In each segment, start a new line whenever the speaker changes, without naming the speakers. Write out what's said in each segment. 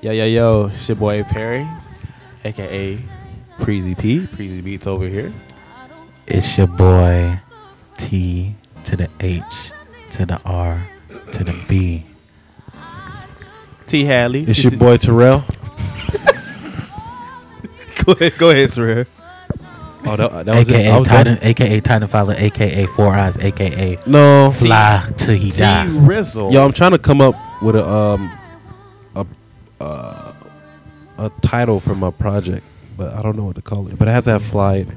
Yo, yo, yo, it's your boy Perry, aka Preezy P. Preezy Beats over here.
It's your boy T to the H to the R to the B.
T Hadley.
It's your boy Terrell.
go ahead, go ahead, Terrell. Oh, that, that was it. I
AKA
was
Titan, AKA Titan Fowler, AKA Four Eyes, AKA
No,
Fly Till He
done. T
Die.
Rizzle.
yo, I'm trying to come up with a um a uh, a title for my project, but I don't know what to call it. But it has to have fly. In it.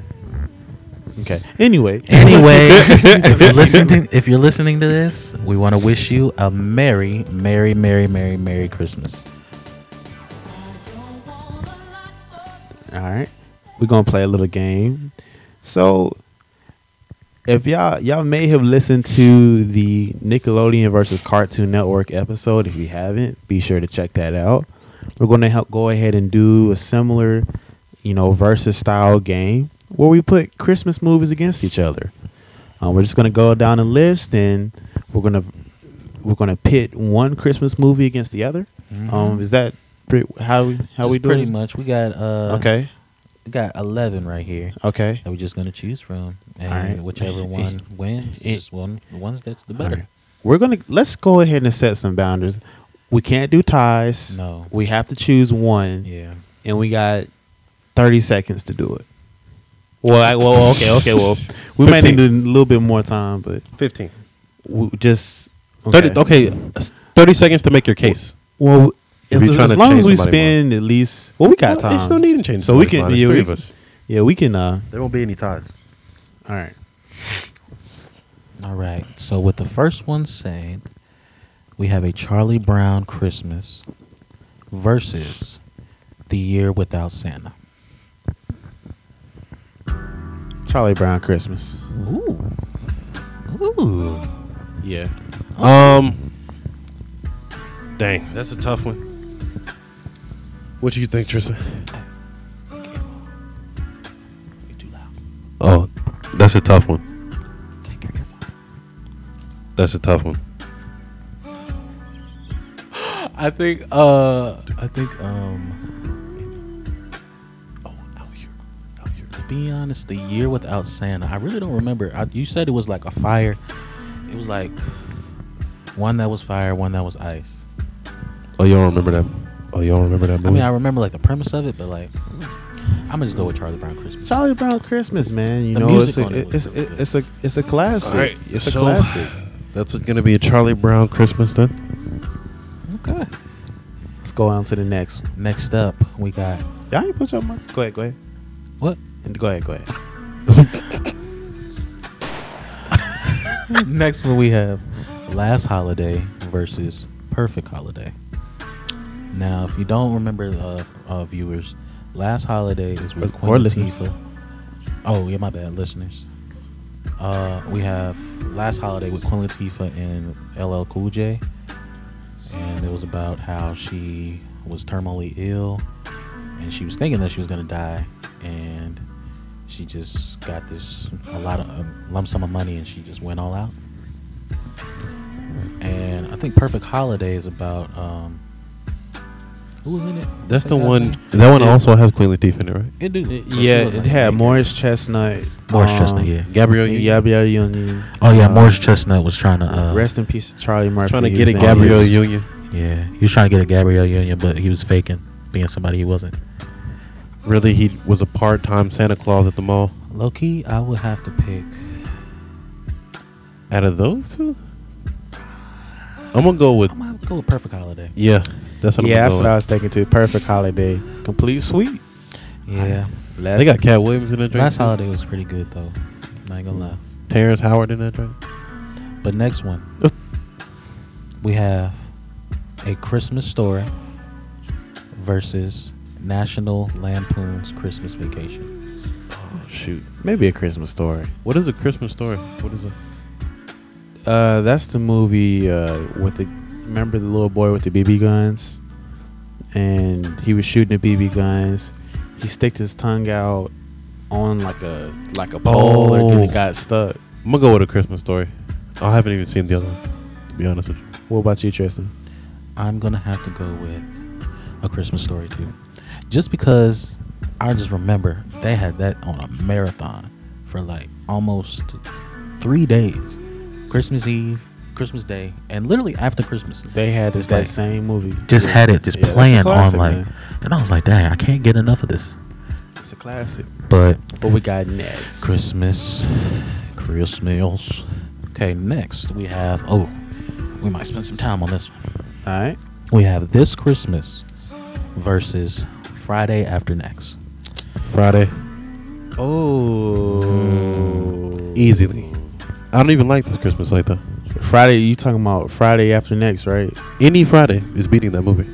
Okay. Anyway,
Anyway, if you're listening, if you're listening to this, we want to wish you a merry, merry, merry, merry, merry Christmas.
all right, we're gonna play a little game. So, if y'all y'all may have listened to the Nickelodeon versus Cartoon Network episode, if you haven't, be sure to check that out. We're gonna help go ahead and do a similar, you know, versus style game where we put Christmas movies against each other. Um, we're just gonna go down a list and we're gonna we're gonna pit one Christmas movie against the other. Um, is that pretty, how we how we
Mm-hmm. Just
doing?
Pretty much. We got uh,
Okay.
We got eleven right here
Okay.
that we're just gonna choose from, and
Alright.
whichever one wins,
it-
is one the ones that's the
All
better.
right. We're gonna let's go ahead and set some boundaries. We can't do ties.
No.
We have to choose one,
Yeah.
and we got thirty seconds to do it. Well, I, well, okay, okay. Well, we might need a little bit more time, but
Fifteen.
we just
Okay. Thirty. Okay, s- thirty seconds to make your case.
Well,
If
if
you're
as,
trying
as
to
long
change
as we
somebody more.
spend at least well, we got
Well,
time.
There's no need in changing.
So we
somebody's
can-
mind. There's
yeah,
three
we-
of us.
Yeah, we can. Uh,
There won't be any ties.
all right.
All right. So with the first one said, we have a Charlie Brown Christmas versus the year without Santa.
Charlie Brown Christmas.
Ooh. Ooh.
Yeah.
Um, dang, that's a tough one. What do you think, Tristan?
Too loud.
Oh, that's a tough one.
Take your earphone.
That's a tough one.
I think uh I think um oh, out here, out here. to be honest, the year without Santa, I really don't remember. I, you said it was like a fire. It was like one that was fire, one that was ice.
Oh, you don't remember that? Oh, you don't remember that movie?
I mean, I remember like the premise of it, but like I'm gonna just go with Charlie Brown Christmas.
Charlie Brown Christmas, man. You
The
know,
music
it's a,
on it was
it's,
really good.
it's a it's a classic.
All right,
It's a
so-
classic.
that's going to be a Charlie Brown Christmas then.
Okay.
Let's go on to the next. one.
Next up, we got
Y'all ain't put your much. Go ahead, go ahead.
what?
And go ahead, go ahead.
Next one we have Last Holiday versus Perfect Holiday. Now, if you don't remember, uh, uh, viewers, Last Holiday is with
Or
Queen
listeners.
Latifah. Oh, yeah, my bad, listeners. Uh, we have Last Holiday with Queen Latifah and LL Cool J, and it was about how she was terminally ill, and she was thinking that she was gonna die, and she just got this a lot of a lump sum of money, and she just went all out. And I think Perfect Holiday is about um, who was in it?
That's
Say
the
that
one.
thing.
That one
Yeah.
also has Queen Latifah in it, right?
It do. But she
yeah,
looked
it
like
had
Baker.
Morris Chestnut.
Morris
um,
Chestnut, yeah.
Gabrielle Union.
Gabrielle Union.
Oh yeah,
uh,
Morris Chestnut was trying to uh,
rest in peace, to Charlie Murphy.
Trying to
He
get
was
a
in
Gabrielle
tears.
Union.
Yeah, he was trying to get a Gabrielle Union, but he was faking being somebody he wasn't.
Really, he was a part-time Santa Claus at the mall.
Low key, I would have to pick.
Out of those two, I'm gonna go with
I'm gonna have to go with Perfect Holiday.
yeah. That's what
Yeah,
I'm
that's what I
gonna
was thinking too. Perfect holiday, complete sweet.
Yeah,
go with. They got Cat Williams in that drink.
last
too.
holiday was pretty good though. Not gonna lie.
Terrence Howard in that drink.
But next one, we have a Christmas story versus National Lampoon's Christmas Vacation.
Oh, shoot.
Maybe a Christmas story.
What is a Christmas story? What is it?
Uh, that's the movie uh, with the remember the little boy with the BB guns, and he was shooting the BB guns. He sticked his tongue out on like a like a pole, and then
Oh.
it got stuck.
I'm gonna go with a Christmas story. I haven't even seen the other one. To be honest with you,
What about you, Tristan?
I'm gonna have to go with A Christmas Story too. Just because I just remember they had that on a marathon for like almost three days. Christmas Eve, Christmas Day, and literally after Christmas.
They had this,
It's
that
like-
same movie.
just
Yeah.
had it just
Yeah, that's a
playing
classic,
on like
man.
and I was like, dang, I can't get enough of this.
It's a classic.
But
But we got next.
Christmas. Christmas. Okay, next we have oh, we might spend some time on this one.
All right.
We have this Christmas versus Friday after next.
Friday,
Oh.
easily. I don't even like this Christmas like that.
Friday, you talking about Friday after next, right?
Any Friday is beating that movie.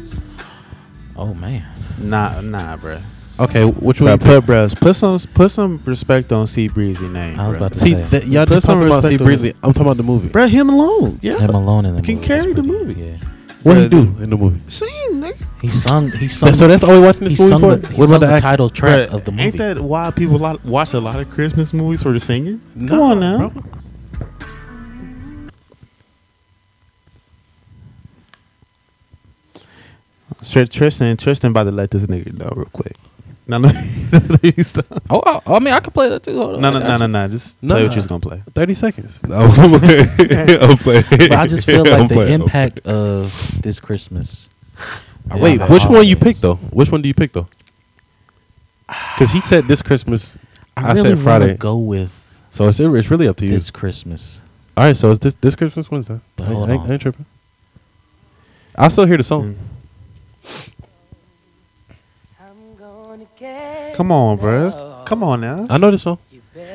Oh man.
Nah, nah, bruh.
Okay, which one?
Bruh,
you
put,
pick?
bruh, put some put some respect on Sea Breezy name.
I was
bruh.
about to
See,
say
that, y'all
Put
just
some
talking about
respect
Steve
on him.
Breezy. I'm talking about the movie.
bruh, him alone. Yeah.
him alone in the
Can
movie. was
carry the
pretty-
movie.
Yeah.
What he
Bruh,
do in the movie?
Same, nigga.
He sung he sung
so that's all we watching
he
this movie
sung
for.
the, he
what
sung
about
the,
the, act-
title track
Bruh,
of the movie.
Ain't that why people lot, watch a lot of Christmas movies for the singing? Come
Nah,
on now.
bro.
Tr- Tristan, Tristan about to let this nigga know real quick. No, no, no,
oh, oh, I mean I could play that too. Hold on, I
no,
got
no,
you.
no, no. Just
Nah.
play what you was gonna play.
Thirty seconds. No, I'm playing. I'm playing.
But I just feel like
I'm
the
playing. I'm
impact of this Christmas.
playing.
around
Wait,
the
which one you
holidays-
pick though? Which one do you pick though? Because he said this Christmas.
I,
I
really
said
want
Friday.
Go with
So it's it's really up to you.
this Christmas.
All right, so it's this this Christmas Wednesday. I,
But
ain't-
hold
I, ain't-
on.
I ain't tripping. I still hear the
Mm.
song.
Come on, bruh. Come on now.
I know the song.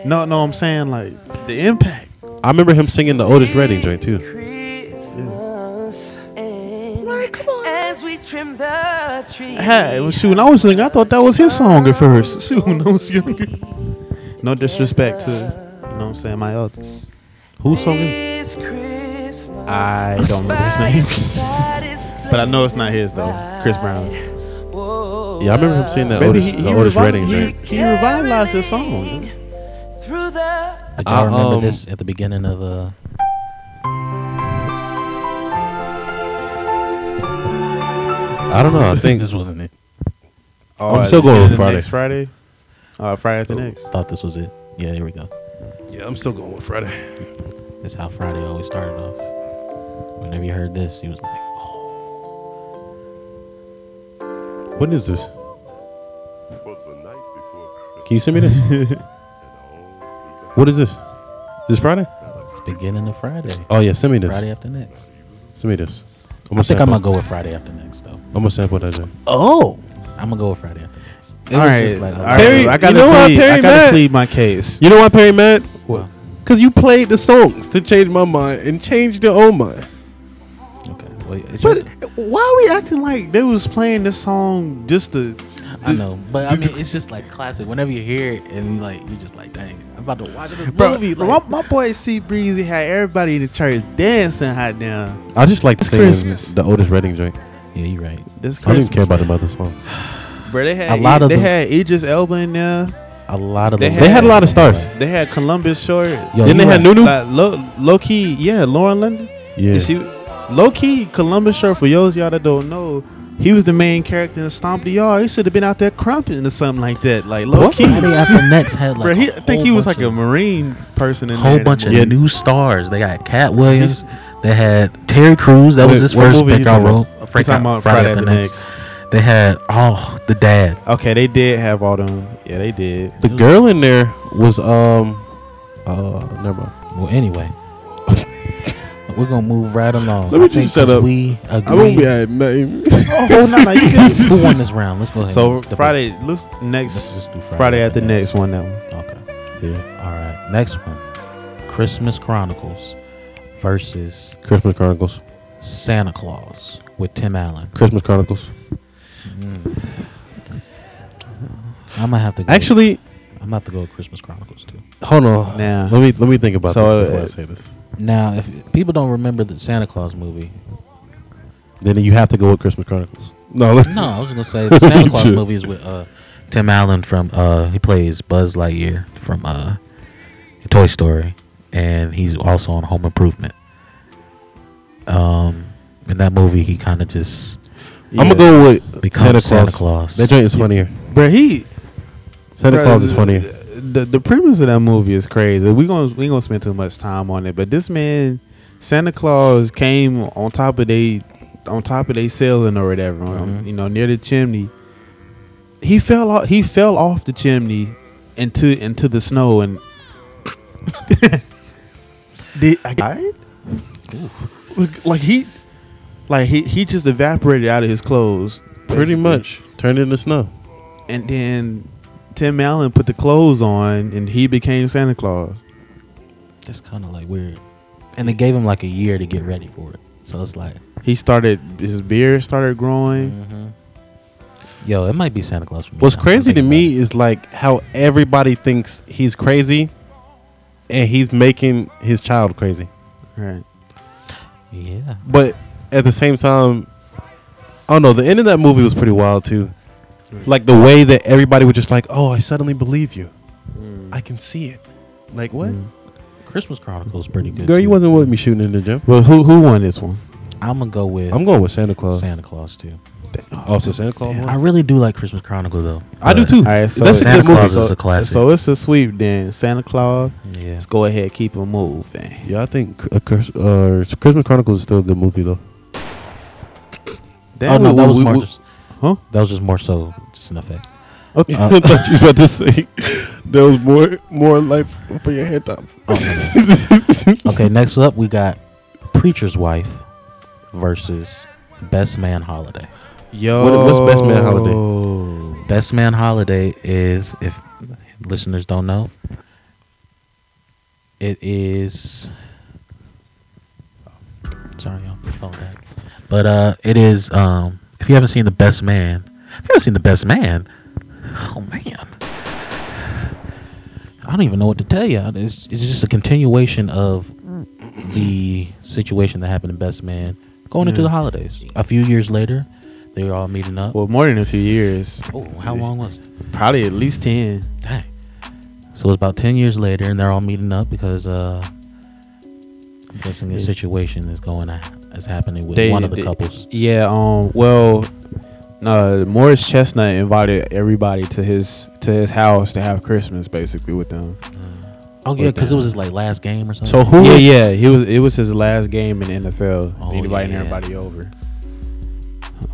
No, no, I'm saying like the impact.
I remember him singing the Otis Redding joint too.
Christmas and as we trim the tree.
Hey, well, shoot, when I was younger, I thought that was his song at first. Shoot, when I was younger. No disrespect to, you know what I'm saying, my elders.
Who song is?
This Christmas.
Ah.
I don't remember his name. but I know it's not his, though. Chris Brown's.
Yeah, I remember him singing that
Baby,
Otis,
he,
the
he,
Otis
revitalized,
Redding
he,
joint.
he revitalized his song.
Through the
Did y'all
Uh,
remember
um,
this at the beginning of uh?
I don't know. I think
this wasn't it.
Oh,
I'm still
at the
going
end
with
of
Friday.
Next Friday? Uh, Friday after next.
Thought this was it. Yeah, here we go.
yeah, I'm still going with Friday.
This is how Friday always started off. Whenever you heard this, you was like, oh,
When is this?
was the night before Christmas.
Can you send me this? what is this? This Friday?
it's beginning of Friday.
Oh yeah, send me this.
Friday after next.
Send me this. I'm
I think I'm
sample-
gonna go with Friday after next though.
I'm gonna sample that. joint.
Oh.
I'm gonna go with Friday after next. It
All
was
right.
just like,
all
okay.
right.
Perry-
I
you
got
know why
I
Perry
gotta
mad?
plead my case.
You know why Perry mad?
Wow.
Cause you played the songs to change my mind and change your own mind.
Okay. Well, it's your-
But why are we acting like they was playing this song just to?
I know, but I mean, it's just like classic. Whenever you hear it, and you like, you're just like, dang, I'm about to watch this movie.
Bro,
like-
my, my boy C Breezy had everybody in the church dancing hot down.
I just like the
Christmas.
the Otis Redding joint.
yeah, you're right.
This
I don't
Christmas,
even care about the other songs.
bro. They had
A lot of
they
them-
had Idris Elba in there.
A lot of
They
them.
had- They had a
lot of stars.
They had Columbus Short.
Yo,
Then
you
they had
right.
Nunu.
Like, low, low key, yeah, Lauren London.
Yeah.
she low key Columbus Short for those y'all that don't know. He was the main character in Stomp the Yard. He should have been out there crumping or something like that. Like low
What
key,
Friday after next had like
bro. He,
a
I think
whole
he was
bunch
like a
of-
marine person in
whole
there.
bunch of
Yeah,
new stars. They got Cat Williams. They had Terry Crews. That was
Wait,
his
what
first
movie
pick
you
I
talking
wrote.
about?
He's
Frank
talking about Friday after next.
They had oh the dad.
Okay, they did have all them. Yeah, they did.
The girl in there was um uh never mind.
Well, anyway, we're gonna move right along.
Let me
I
just shut
think 'cause
up.
We
I won't be
agree.
at nothing.
Oh, no, no, you can-
Who won this round? Let's go ahead.
So
Let's dip it.
Friday, let's next
Let's just do
Friday,
Friday
at
after
the next one. That one.
Okay.
yeah.
All right, next one Christmas Chronicles versus
Christmas Chronicles.
Santa Claus with Tim Allen. Mm.
Christmas Chronicles.
I'm gonna have to go
Actually,
I'm gonna have to go with Christmas Chronicles too.
hold on.
Nah.
Let me let me think about
So,
this before
uh,
I say this.
Now, if people don't remember the Santa Claus movie,
Then you have to go with Christmas Chronicles. No,
no, I was gonna say the Santa Claus movie is with uh, Tim Allen from uh, he plays Buzz Lightyear from uh, Toy Story, and he's also on Home Improvement. Um, in that movie, he kind of just
I'm gonna go with
Become
Santa Claus.
Santa Claus.
That joint is funnier.
Bro, he
Santa
Bruh,
Claus is
th-
funnier.
The the premise of that movie is crazy. We gonna we gonna spend too much time on it. But this man, Santa Claus came on top of they on top of they ceiling or whatever, on-
Mm-hmm.
Mhm.
you know, near the chimney. He fell off. He fell off the chimney into into the snow and. Did I died? Look, like he, like he, he just evaporated out of his clothes.
Pretty
basically.
much turned into snow.
And then Tim Allen put the clothes on and he became Santa Claus.
That's kind of like weird. And they gave him like a year to get ready for it. So it's like,
He started his beard started growing.
Mm-hmm.
yo, it might be Santa Claus for me.
What's
now that I'm
crazy to
thinking
me
about
is like how everybody thinks he's crazy, and he's making his child crazy.
Right.
it. yeah,
But at the same time, I don't know. The end of that movie was pretty wild too. Like the way that everybody was just like, "Oh, I suddenly believe you. I can see it." Like what?
Christmas Chronicles pretty good.
Girl,
too.
you wasn't with me shooting in the gym.
Well, who who won this one?
I'm gonna go with.
I'm going with Santa Claus.
Santa Claus too.
Also, Santa Claus.
I really do like Christmas Chronicle though.
I do
but-
too.
All right, so
That's a
Santa
good
Santa
movie.
Claus
so,
is a classic.
So it's a sweep then. Santa Claus.
Yeah,
Let's go ahead, keep it moving.
Yeah, I think uh, Chris- uh, Christmas Chronicles is still a good movie though.
Oh
Damn,
no,
we-
that
we-
was
we-
more
we-
just
Huh?
that was just more so just an effect.
I thought you was about to say there was more more life for your head top.
Okay, next up we got Preacher's Wife versus Best Man Holiday.
Yo,
What- what's Best Man Holiday?
Best Man Holiday is if listeners don't know, it is sorry, y'all, phone back. But uh, it is um, if you haven't seen The Best Man, if you haven't seen The Best Man, oh man. I don't even know what to tell you. It's, it's just a continuation of the situation that happened in Best Man going into
Yeah.
the holidays. A few years later, they were all meeting up.
Well, more than a few years.
Oh, how long was it?
Probably at least ten.
Dang. So it's about ten years later, and they're all meeting up because uh, I'm guessing the situation is going is happening with
They-
one of the
they-
couples.
Yeah. Um. Well, uh, Morris Chestnut invited everybody to his to his house to have Christmas, basically, with them.
Oh yeah, because it was his like last game or something.
So who?
yeah,
is-
yeah. He was. It was his last game in the NFL.
Oh,
Anybody and
yeah.
everybody over.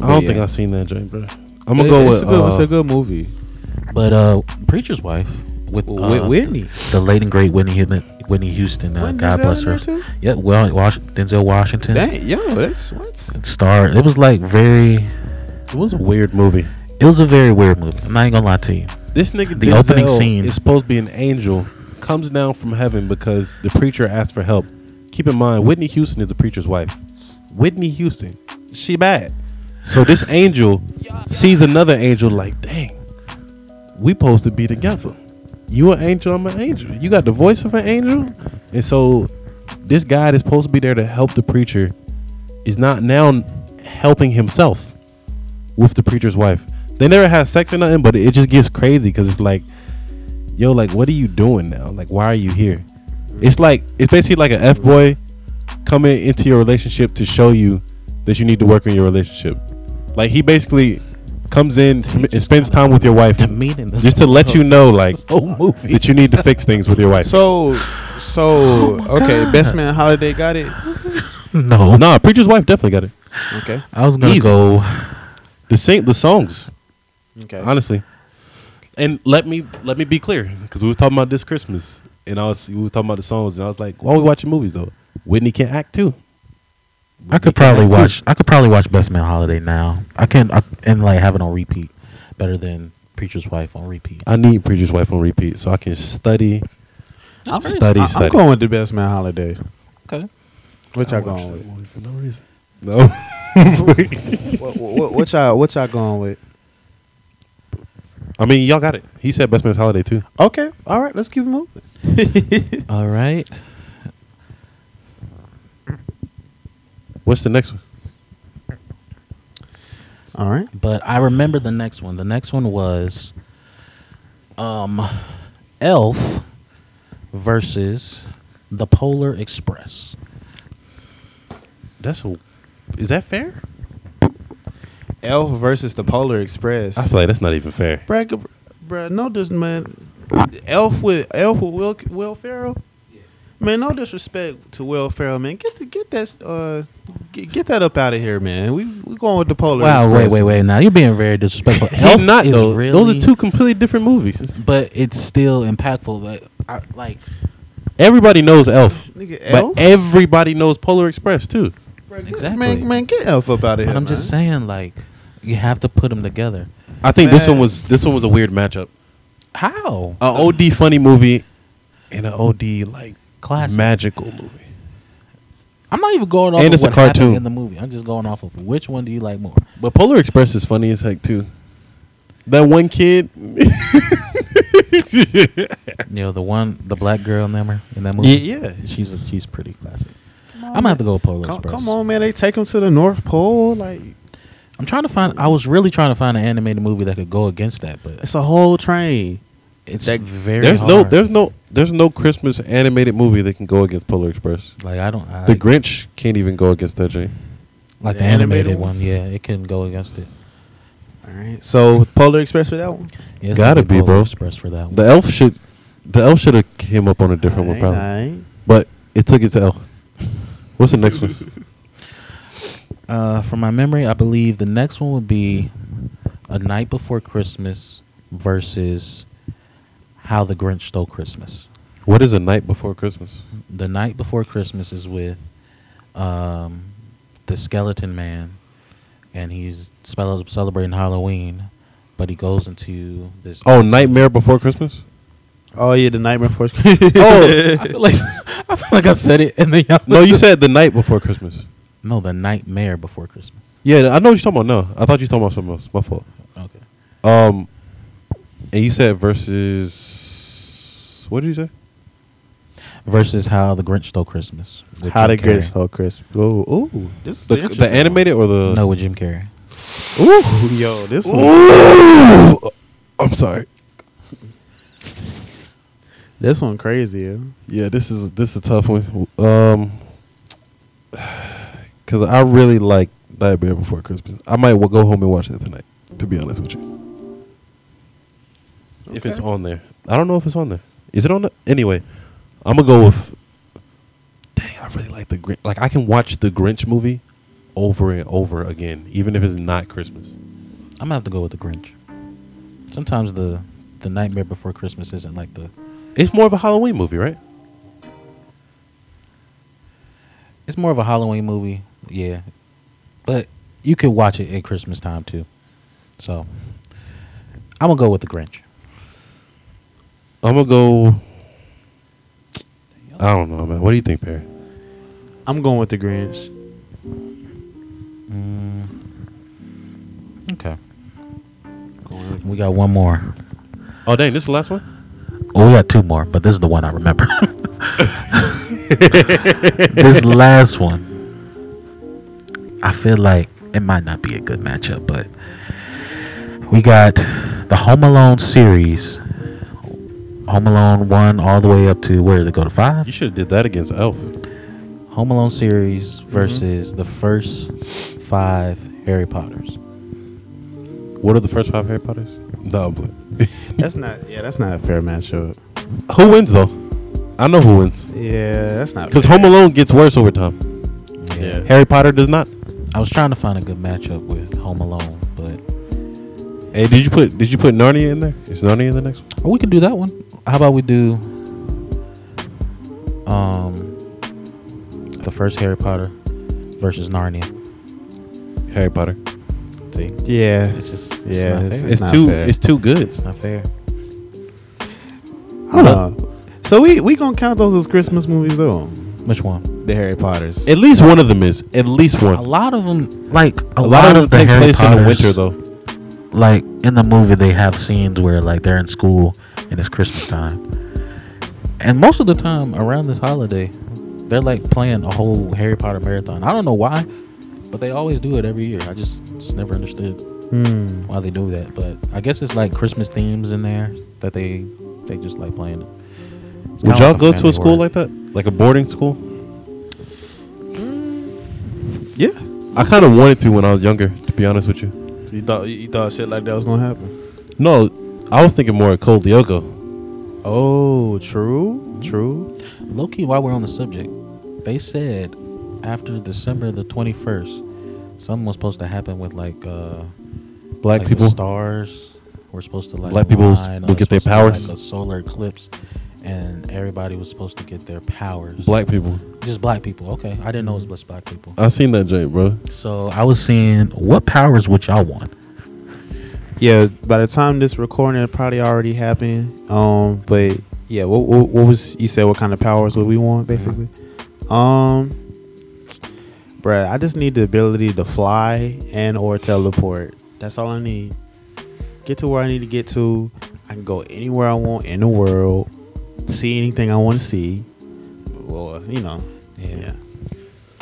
I don't think I've seen that joint, bro. I'm gonna
It-
go
it's
with.
A good, it's
uh,
a good movie.
but uh, preacher's wife with
With
uh,
Whitney.
the late and great Whitney Houston. Whitney Houston. Uh,
Wasn't
God
Denzel
bless
in
her.
there too?
Yeah, well, Wash- Denzel Washington.
Dang, yo, that's what.
Star. It was like very.
it was a weird movie.
It was a very weird movie. I'm not even gonna lie to you.
This nigga
The
Denzel
opening scene.
is supposed to be an angel, comes down from heaven because the preacher asked for help. Keep in mind, Whitney Houston is the preacher's wife. Whitney Houston, she bad. So this angel sees another angel, like, dang, we supposed to be together. You an angel, I'm an angel. You got the voice of an angel, and so this guy that's supposed to be there to help the preacher is not now helping himself with the preacher's wife. They never have sex or nothing, but it just gets crazy because it's like, yo, like, what are you doing now? Like, why are you here? It's like, it's basically like an F boy coming into your relationship to show you that you need to work on your relationship. Like, he basically comes in sm- and spends time with your wife
To me, then this
just to let you know, like,
whole movie.
that you need to fix things with your wife.
So, so
Oh,
okay. Best man holiday got it.
no.
nah, preacher's wife definitely got it.
Okay.
I was gonna
Easy.
go.
The sing- the songs,
Okay.
honestly. And let me let me be clear, because we was talking about this Christmas, and I was we was talking about the songs, and I was like, why we watching movies though? Whitney can act too.
I
You
could
can
probably
act, too.
watch. I could probably watch Best Man Holiday now. I can I, and like have it on repeat, better than Preacher's Wife on repeat.
I need Preacher's Wife on repeat so I can study, study,
I,
study.
am going with the best man holiday.
Okay.
What y'all
watched
going
that
with?
movie for no reason. No,
What, what, what y'all what y'all going with?
I mean y'all got it. He said Best Man's Holiday too.
Okay. All right. Let's keep it moving.
All right.
What's the next one?
All right.
But I remember the next one. The next one was, um, Elf versus the Polar Express.
That's a. Is that fair?
Elf versus the Polar Express.
I feel like that's not even fair.
Bruh, bruh, no dis man. Elf with Elf with Will Will Ferrell. Man, no disrespect to Will Ferrell, man. Get the, get that uh get, get that up out of here, man. We we going with the Polar
Wow, wait,
Express.
wait, wait. Now you're being very disrespectful.
He's not though. Those are two completely different movies.
but it's still impactful. Like, I, like
Everybody knows Elf,
Nigga, Elf?
but everybody knows Polar Express too.
exactly.
Man, man, get Elf up out of
but
here.
I'm just saying, like, you have to put them together.
I think this one
Man.
was this one was a weird matchup.
How?
A OD funny movie and an OD like
Classic.
magical movie.
I'm not even going off
And
of
it's a
what happened
cartoon.
in the movie. I'm just going off of which one do you like more.
But Polar Express is funny as heck too. That one kid,
You know, the one, the black girl in that, mer- in that movie.
Yeah, yeah.
She's a, she's pretty classic. I'm
man.
gonna have to go with Polar
Come,
Express.
come on, man. They take him to the North Pole. Like
I'm trying to find. I was really trying to find an animated movie that could go against that, but
it's a whole train.
it's
that-
very.
there's no,
hard.
there's no, there's no Christmas animated movie that can go against Polar Express.
like I don't. I,
The Grinch can't even go against that joint.
like
The
the animated,
animated
one. Yeah, it couldn't go against it.
All right. So Polar Express for that one.
Yeah, it's
Gotta
gonna
be,
Polar
bro.
Express for that one.
The Elf should, the Elf should have came up on a different one
All
probably,
right, all right.
but it took its L. What's the next one?
Uh, from my memory, I believe the next one would be A Night Before Christmas versus How the Grinch Stole Christmas.
What is a night before Christmas?
The Night Before Christmas is with um, the Skeleton Man, and he's spell- celebrating Halloween, but he goes into this.
Oh, Nightmare Before Christmas.
Oh yeah, the Nightmare Force.
Oh
I feel like I feel like I said it, and then y'all
no, you said the night before Christmas.
no, the Nightmare Before Christmas.
Yeah, I know what you're talking about. No, I thought you were talking about something else. My fault.
Okay,
Um, and you said versus. What did you say?
versus How the Grinch Stole Christmas. with
How to
Jim
get it
Carrey.
so crisp? Ooh, ooh, this is
The,
interesting.
the animated or the?
No, with Jim Carrey.
Ooh, yo, this one,
Oh, I'm sorry.
this one crazy. yeah.
Yeah, this is this is a tough one. Um, because I really like Nightmare Before Christmas. I might w- go home and watch it tonight. To be honest with you, if it's
Okay.
on there, I don't know if it's on there. Is it on? The, anyway, I'm gonna go with. Dang, I really like the Grinch. Like I can watch the Grinch movie over and over again, even if it's not Christmas.
I'm gonna have to go with the Grinch. Sometimes the the Nightmare Before Christmas isn't like the.
It's more of a Halloween movie, right?
It's more of a Halloween movie, yeah, but you could watch it at Christmas time too. So I'm gonna go with the Grinch.
I'm gonna go. I don't know, man. What do you think, Perry?
I'm going with the Grinch.
Okay, we got one more.
Oh, dang! This is the last one.
Well, we got Oh, two more, but this is the one I remember. this last one, I feel like it might not be a good matchup, but we got the Home Alone series, Home Alone one all the way up to where did it go to
You
five?
should have did that against Elf.
Home Alone series versus the first five Harry Potters.
What are the first five Harry Potters? No, I'm playing.
That's not. Yeah, that's not a fair matchup.
who wins though? I know who wins
Yeah, that's not.
because
fair.
Home Alone gets worse over time.
Yeah.
Harry Potter does not.
I was trying to find a good matchup with Home Alone, but
Hey, did you put did you put Narnia in there? Is Narnia in the next one?
Or we could do that one. How about we do um the first Harry Potter versus Narnia?
Harry Potter.
See,
Yeah,
it's just it's
yeah.
not fair.
It's,
It's,
not
too
fair.
it's too good.
It's not fair.
Hold on. Uh, So we we gonna count those as Christmas movies though?
Which one?
The Harry Potter's.
At least one of them is. At least
A
one.
lot of them, like a,
A
lot,
them
of, the
take
Harry
place in the
Potters,
winter though.
Like in the movie, they have scenes where like they're in school and it's Christmas time, and most of the time around this holiday, they're like playing a whole Harry Potter marathon. I don't know why, but they always do it every year. I just just never understood.
Hmm.
why they do that, but I guess it's like Christmas themes in there that they they just like playing. It's
Would
kinda
y'all
like
go to
family
a school like
word.
that? Like a boarding school?
Yeah.
I kind of wanted to when I was younger. To be honest with you,
You thought you thought shit like that was gonna happen.
No, I was thinking more of Cold Lyoko.
Oh, true, true.
Low key, while we're on the subject, they said after December the 21st, something was supposed to happen with like uh,
Black
like the
people.
stars were supposed to like
Black people s-
line
will
up,
get their
supposed to be,
powers.
like a solar eclipse, and everybody was supposed to get their powers.
Black Uh, people.
just black people. Okay, I didn't know it was just black people.
I seen that joint, bro.
So I was seeing what powers would y'all want?
Yeah. By the time this recording, it probably already happened. Um, but yeah, what what, what was you said? What kind of powers would we want, basically? Um, bruh, I just need the ability to fly and or teleport. That's all I need. Get to where I need to get to. I can go anywhere I want in the world. See anything I want to see. Well, you know. Yeah.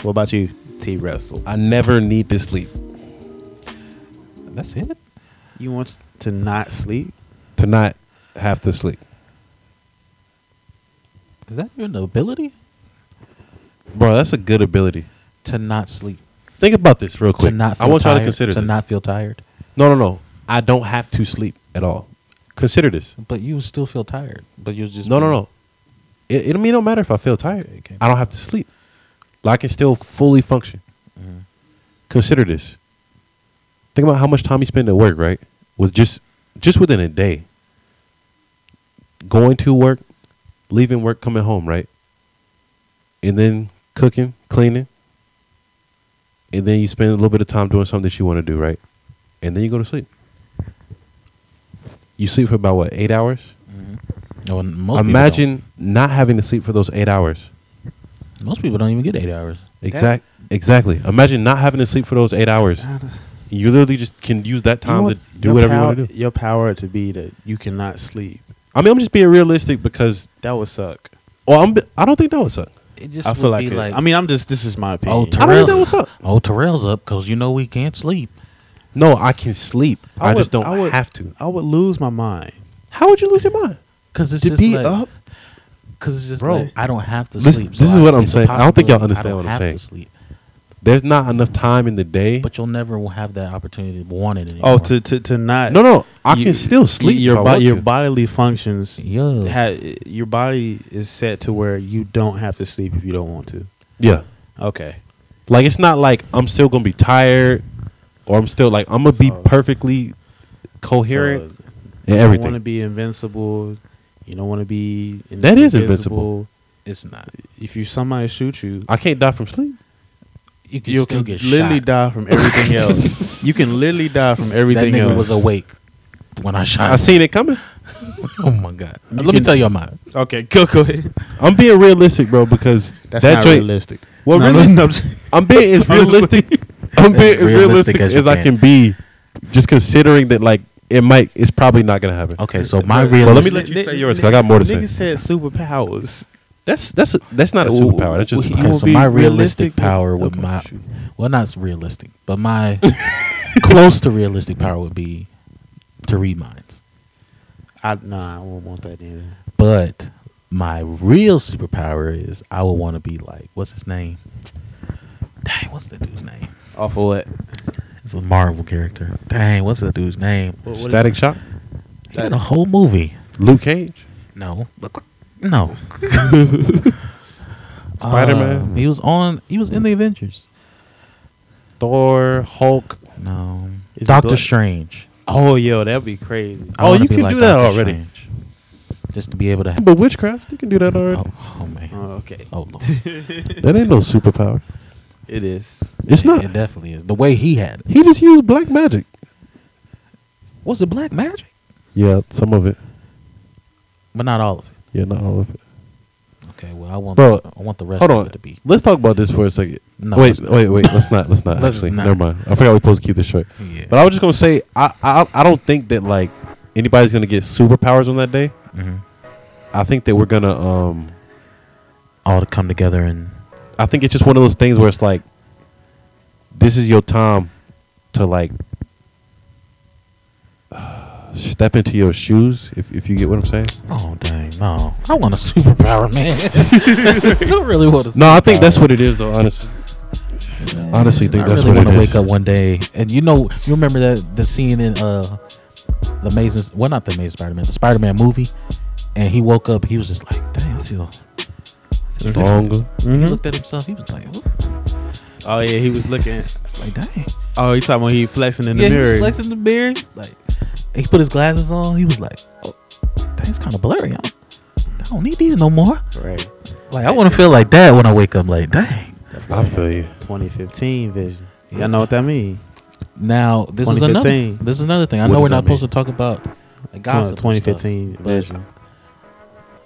What about you, T. Russell?
I never need to sleep.
That's it.
You want to not sleep?
To not have to sleep.
Is that your ability
Bro, that's a good ability.
to not sleep,
Think about this real quick.
to not feel
I want
tired,
y'all to consider
to
this.
not feel tired?
no, no, no. I don't have to sleep at all. Consider this.
But you would still feel tired. But you just
No, no, no. It, it, I mean, it don't matter if I feel tired.
Okay.
I don't have to sleep. Like, I can still fully function. Consider this. Think about how much time you spend at work, right? With just just within a day. Going to work, leaving work, coming home, right? And then cooking, cleaning. And then you spend a little bit of time doing something that you want to do, right? And then you go to sleep. You sleep for about what, eight hours?
Well, most people
Imagine not having to sleep for those eight hours.
don't. most people don't even get eight hours.
Exact, exactly. Imagine not having to sleep for those eight hours. You literally just can use that time
want
to
your
do whatever you
power-
want to do.
Your power to be that you cannot sleep.
I mean, I'm just being realistic because,
That would suck.
well, I'm, I don't think that would suck.
It just
I feel like, it- I mean, I'm just. This is my opinion.
oh
Oh,
I don't
Terrell,
think that would suck.
oh Terrell's up because you know we can't sleep.
No, I can sleep. I, just don't
I would,
have to.
I would lose my mind.
How would you lose your mind?
Cause it's
To
just
be
like,
up?
Cause it's just
Bro.
like, I don't have to
Listen,
sleep.
this is
I-
what I'm
it's a
saying. I don't think y'all
possibility. I
understand
don't
what I'm
have
saying.
to sleep.
There's not enough time in the day.
But you'll never will have that opportunity to want it anymore.
Oh, to to to not.
no, no, I
you-
can still sleep.
Your
if I
bo-
want
your
to.
bodily functions.
Yeah.
Ha- your body is set to where you don't have to sleep if you don't want to.
Yeah.
Okay.
Like, it's not like I'm still going to be tired or I'm still like, I'm going to be
So-
perfectly coherent
So,
in
you
everything.
don't want to uh, be invincible. You don't want to be. In-
That is
invisible.
it's not.
If you somebody shoot you,
I can't die from sleep.
You can
you
still
can
get
literally
shot.
die from everything else. You can literally die from everything
that nigga
else.
was awake when I shot.
I
him.
seen it coming.
Oh my god.
You
Let me
can-
tell you mine.
Okay, go go ahead.
I'm being realistic, bro, because
That's
that
not
joint.
realistic.
Well,
No,
really,
no, I'm just-
I'm being as
I'm just-
realistic. I'm being as realistic, as,
you
I can be, just considering that like it might, it's probably not gonna happen.
Okay, so my
But- but
real.
let me let you say yours, 'cause I got more to say.
Nigga said superpowers.
That's that's that's not
That's
a
a-
superpower. That's just
we-
a
you
Okay,
will
power.
so
be
my realistic
realistic with-
power would
okay,
my
shoot.
well, not s- realistic, but my close to realistic power would be to read minds.
I nah, I won't want that either.
But my real superpower is I would want to be like what's his name? Dang, what's that dude's name?
Off of what?
It's a Marvel character. Dang, what's that dude's name?
What- what is
Static
it?
Shock,
He had a whole movie.
Luke Cage,
No, no.
Spider-Man?
Uh, he was on. He was in the Avengers.
Thor, Hulk.
No,
Is he
Doctor
black?
Strange.
Oh yeah, that'd be crazy.
I
Oh,
wanna
you
be
can do that
Doctor
already.
Strange. Just to be able to. Have,
But witchcraft, you can do that already.
oh, oh man.
Uh,
Oh, okay,
Oh lord.
That ain't no superpower.
it is.
It's not.
It definitely is the way he had it.
He just used black magic.
Was it black magic?
Yeah, some of it.
But not all of it.
Yeah, not all of it.
Okay. Well, I want.
Bro,
I want the rest
Hold
of
on.
it to be.
Let's talk about this for a second.
No,
wait,
let's not.
wait, wait. Let's not. Let's not.
Let's
actually,
not.
never mind. I forgot we're supposed to keep this short.
Yeah.
But I was just gonna say, I, I, I don't think that like anybody's gonna get superpowers on that day.
Mhm.
I think that we're gonna, um,
All to come together and.
I think it's just one of those things where it's like, this is your time to like step into your shoes. If if you get what I'm saying.
Oh dang! No, I want a superpower, man. I don't really want a.
No, I think
superpower.
that's what it is, though. Honestly, Honestly, think
I
that's
really
what
want to
it
wake
is.
up one day, and you know, you remember that the scene in uh, the Amazing, well, not the Amazing Spider-Man, the Spider-Man movie, and he woke up, he was just like, "Damn, I feel." I feel different."
Stronger.
He
Mhm.
looked at himself. He was like, "Ooh,"
Oh yeah, he was looking.
like dang.
Oh, you talking about he flexing in the
yeah, he
mirror?
was flexing the mirror. Like he put his glasses on. He was like, "Oh, that's kind of blurry. I don't, I don't need these no more."
Right.
Like I want to feel like that when I wake up. Like dang.
I feel you.
2015 vision.
Mm.
Y'all know what that mean?
Now this is another.
2015.
This is another thing. I
What
know we're
does
not
that mean?
supposed to talk about like, gossip. and stuff,
2015
but
vision.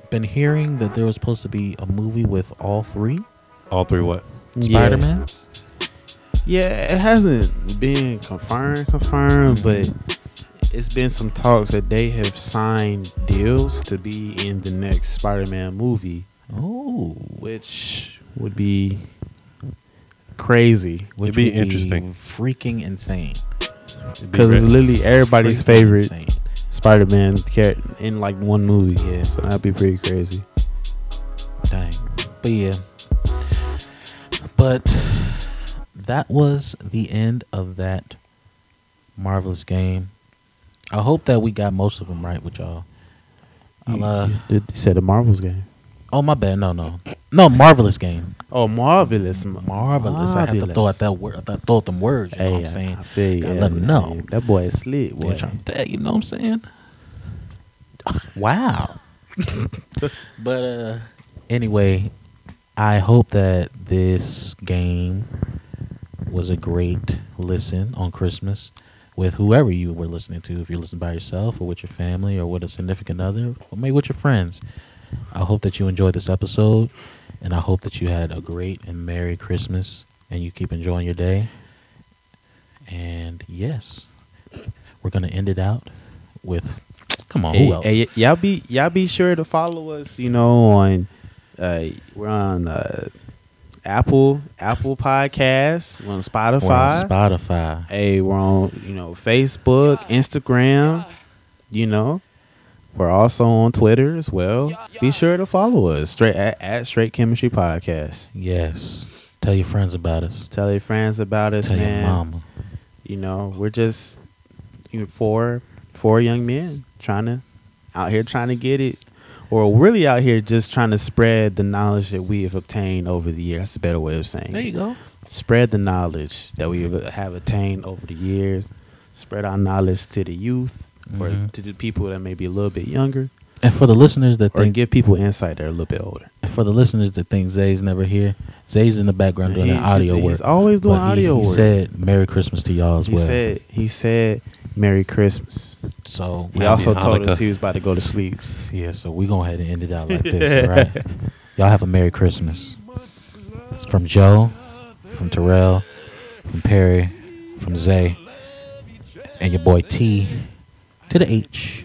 Been hearing that there was supposed to be a movie with all three
All three what?
Yeah.
Spider Man.
Yeah, it hasn't been confirmed, confirmed, but it's been some talks that they have signed deals to be in the next Spider-Man movie,
Oh,
which would be crazy
which
be
would
interesting.
freaking insane.
because it's literally everybody's
Freaking
favorite
insane.
Spider-Man character in like one movie. Yeah, so that'd be pretty crazy.
Dang. But yeah. But that was the end of that marvelous game. I hope that we got most of them right with y'all. I'll, uh,
They said the Marvels game.
oh my bad, no, no, no, marvelous game,
Oh, marvelous! Marvelous!
marvelous. I had to throw out that word. I throw out them words. You know what I'm saying?
I feel you.
Gotta let 'em know.
Hey, that boy is slick.
Boy,
Boy.
trying to tell you, you know what I'm saying? wow. but uh anyway, I hope that this game was a great listen on Christmas with whoever you were listening to, if you listen by yourself or with your family or with a significant other, or maybe with your friends. I hope that you enjoyed this episode and I hope that you had a great and merry Christmas and you keep enjoying your day. And yes, we're gonna end it out with come on, who
Hey,
else?
hey, y- y'all be y'all be sure to follow us. You know on uh, we're on uh, Apple Apple Podcasts, we're on Spotify.
We're on Spotify.
hey, we're on you know Facebook, Instagram. You know, we're also on Twitter as well. Be sure to follow us straight at, at Straight Chemistry Podcast.
Yes. Tell your friends about us.
Tell your friends about us,
Tell
man.
your mama.
you know, we're just you know, four four young men trying to out here trying to get it, or really out here just trying to spread the knowledge that we have obtained over the years. That's a better way of saying.
There
it.
you go.
Spread the knowledge that we have- have attained over the years. Spread our knowledge to the youth or
Mhm.
to the people that may be a little bit younger,
And for the listeners that
or
think
give people insight that are a little bit older.
for the listeners that think Zay's never here, Zay's in the background doing the
He's-
audio
he's
work.
always doing
But he-
audio
he,
work.
said Merry Christmas to y'all as
He
well.
said he said Merry Christmas.
so
He
we
also told
Hanukkah.
us he was about to go to sleep.
Yeah, so we gonna head and end it out like this, all right? Y'all have a Merry Christmas. It's from Joe, from Terrell, from Perry, from Zay, and your boy T to the H.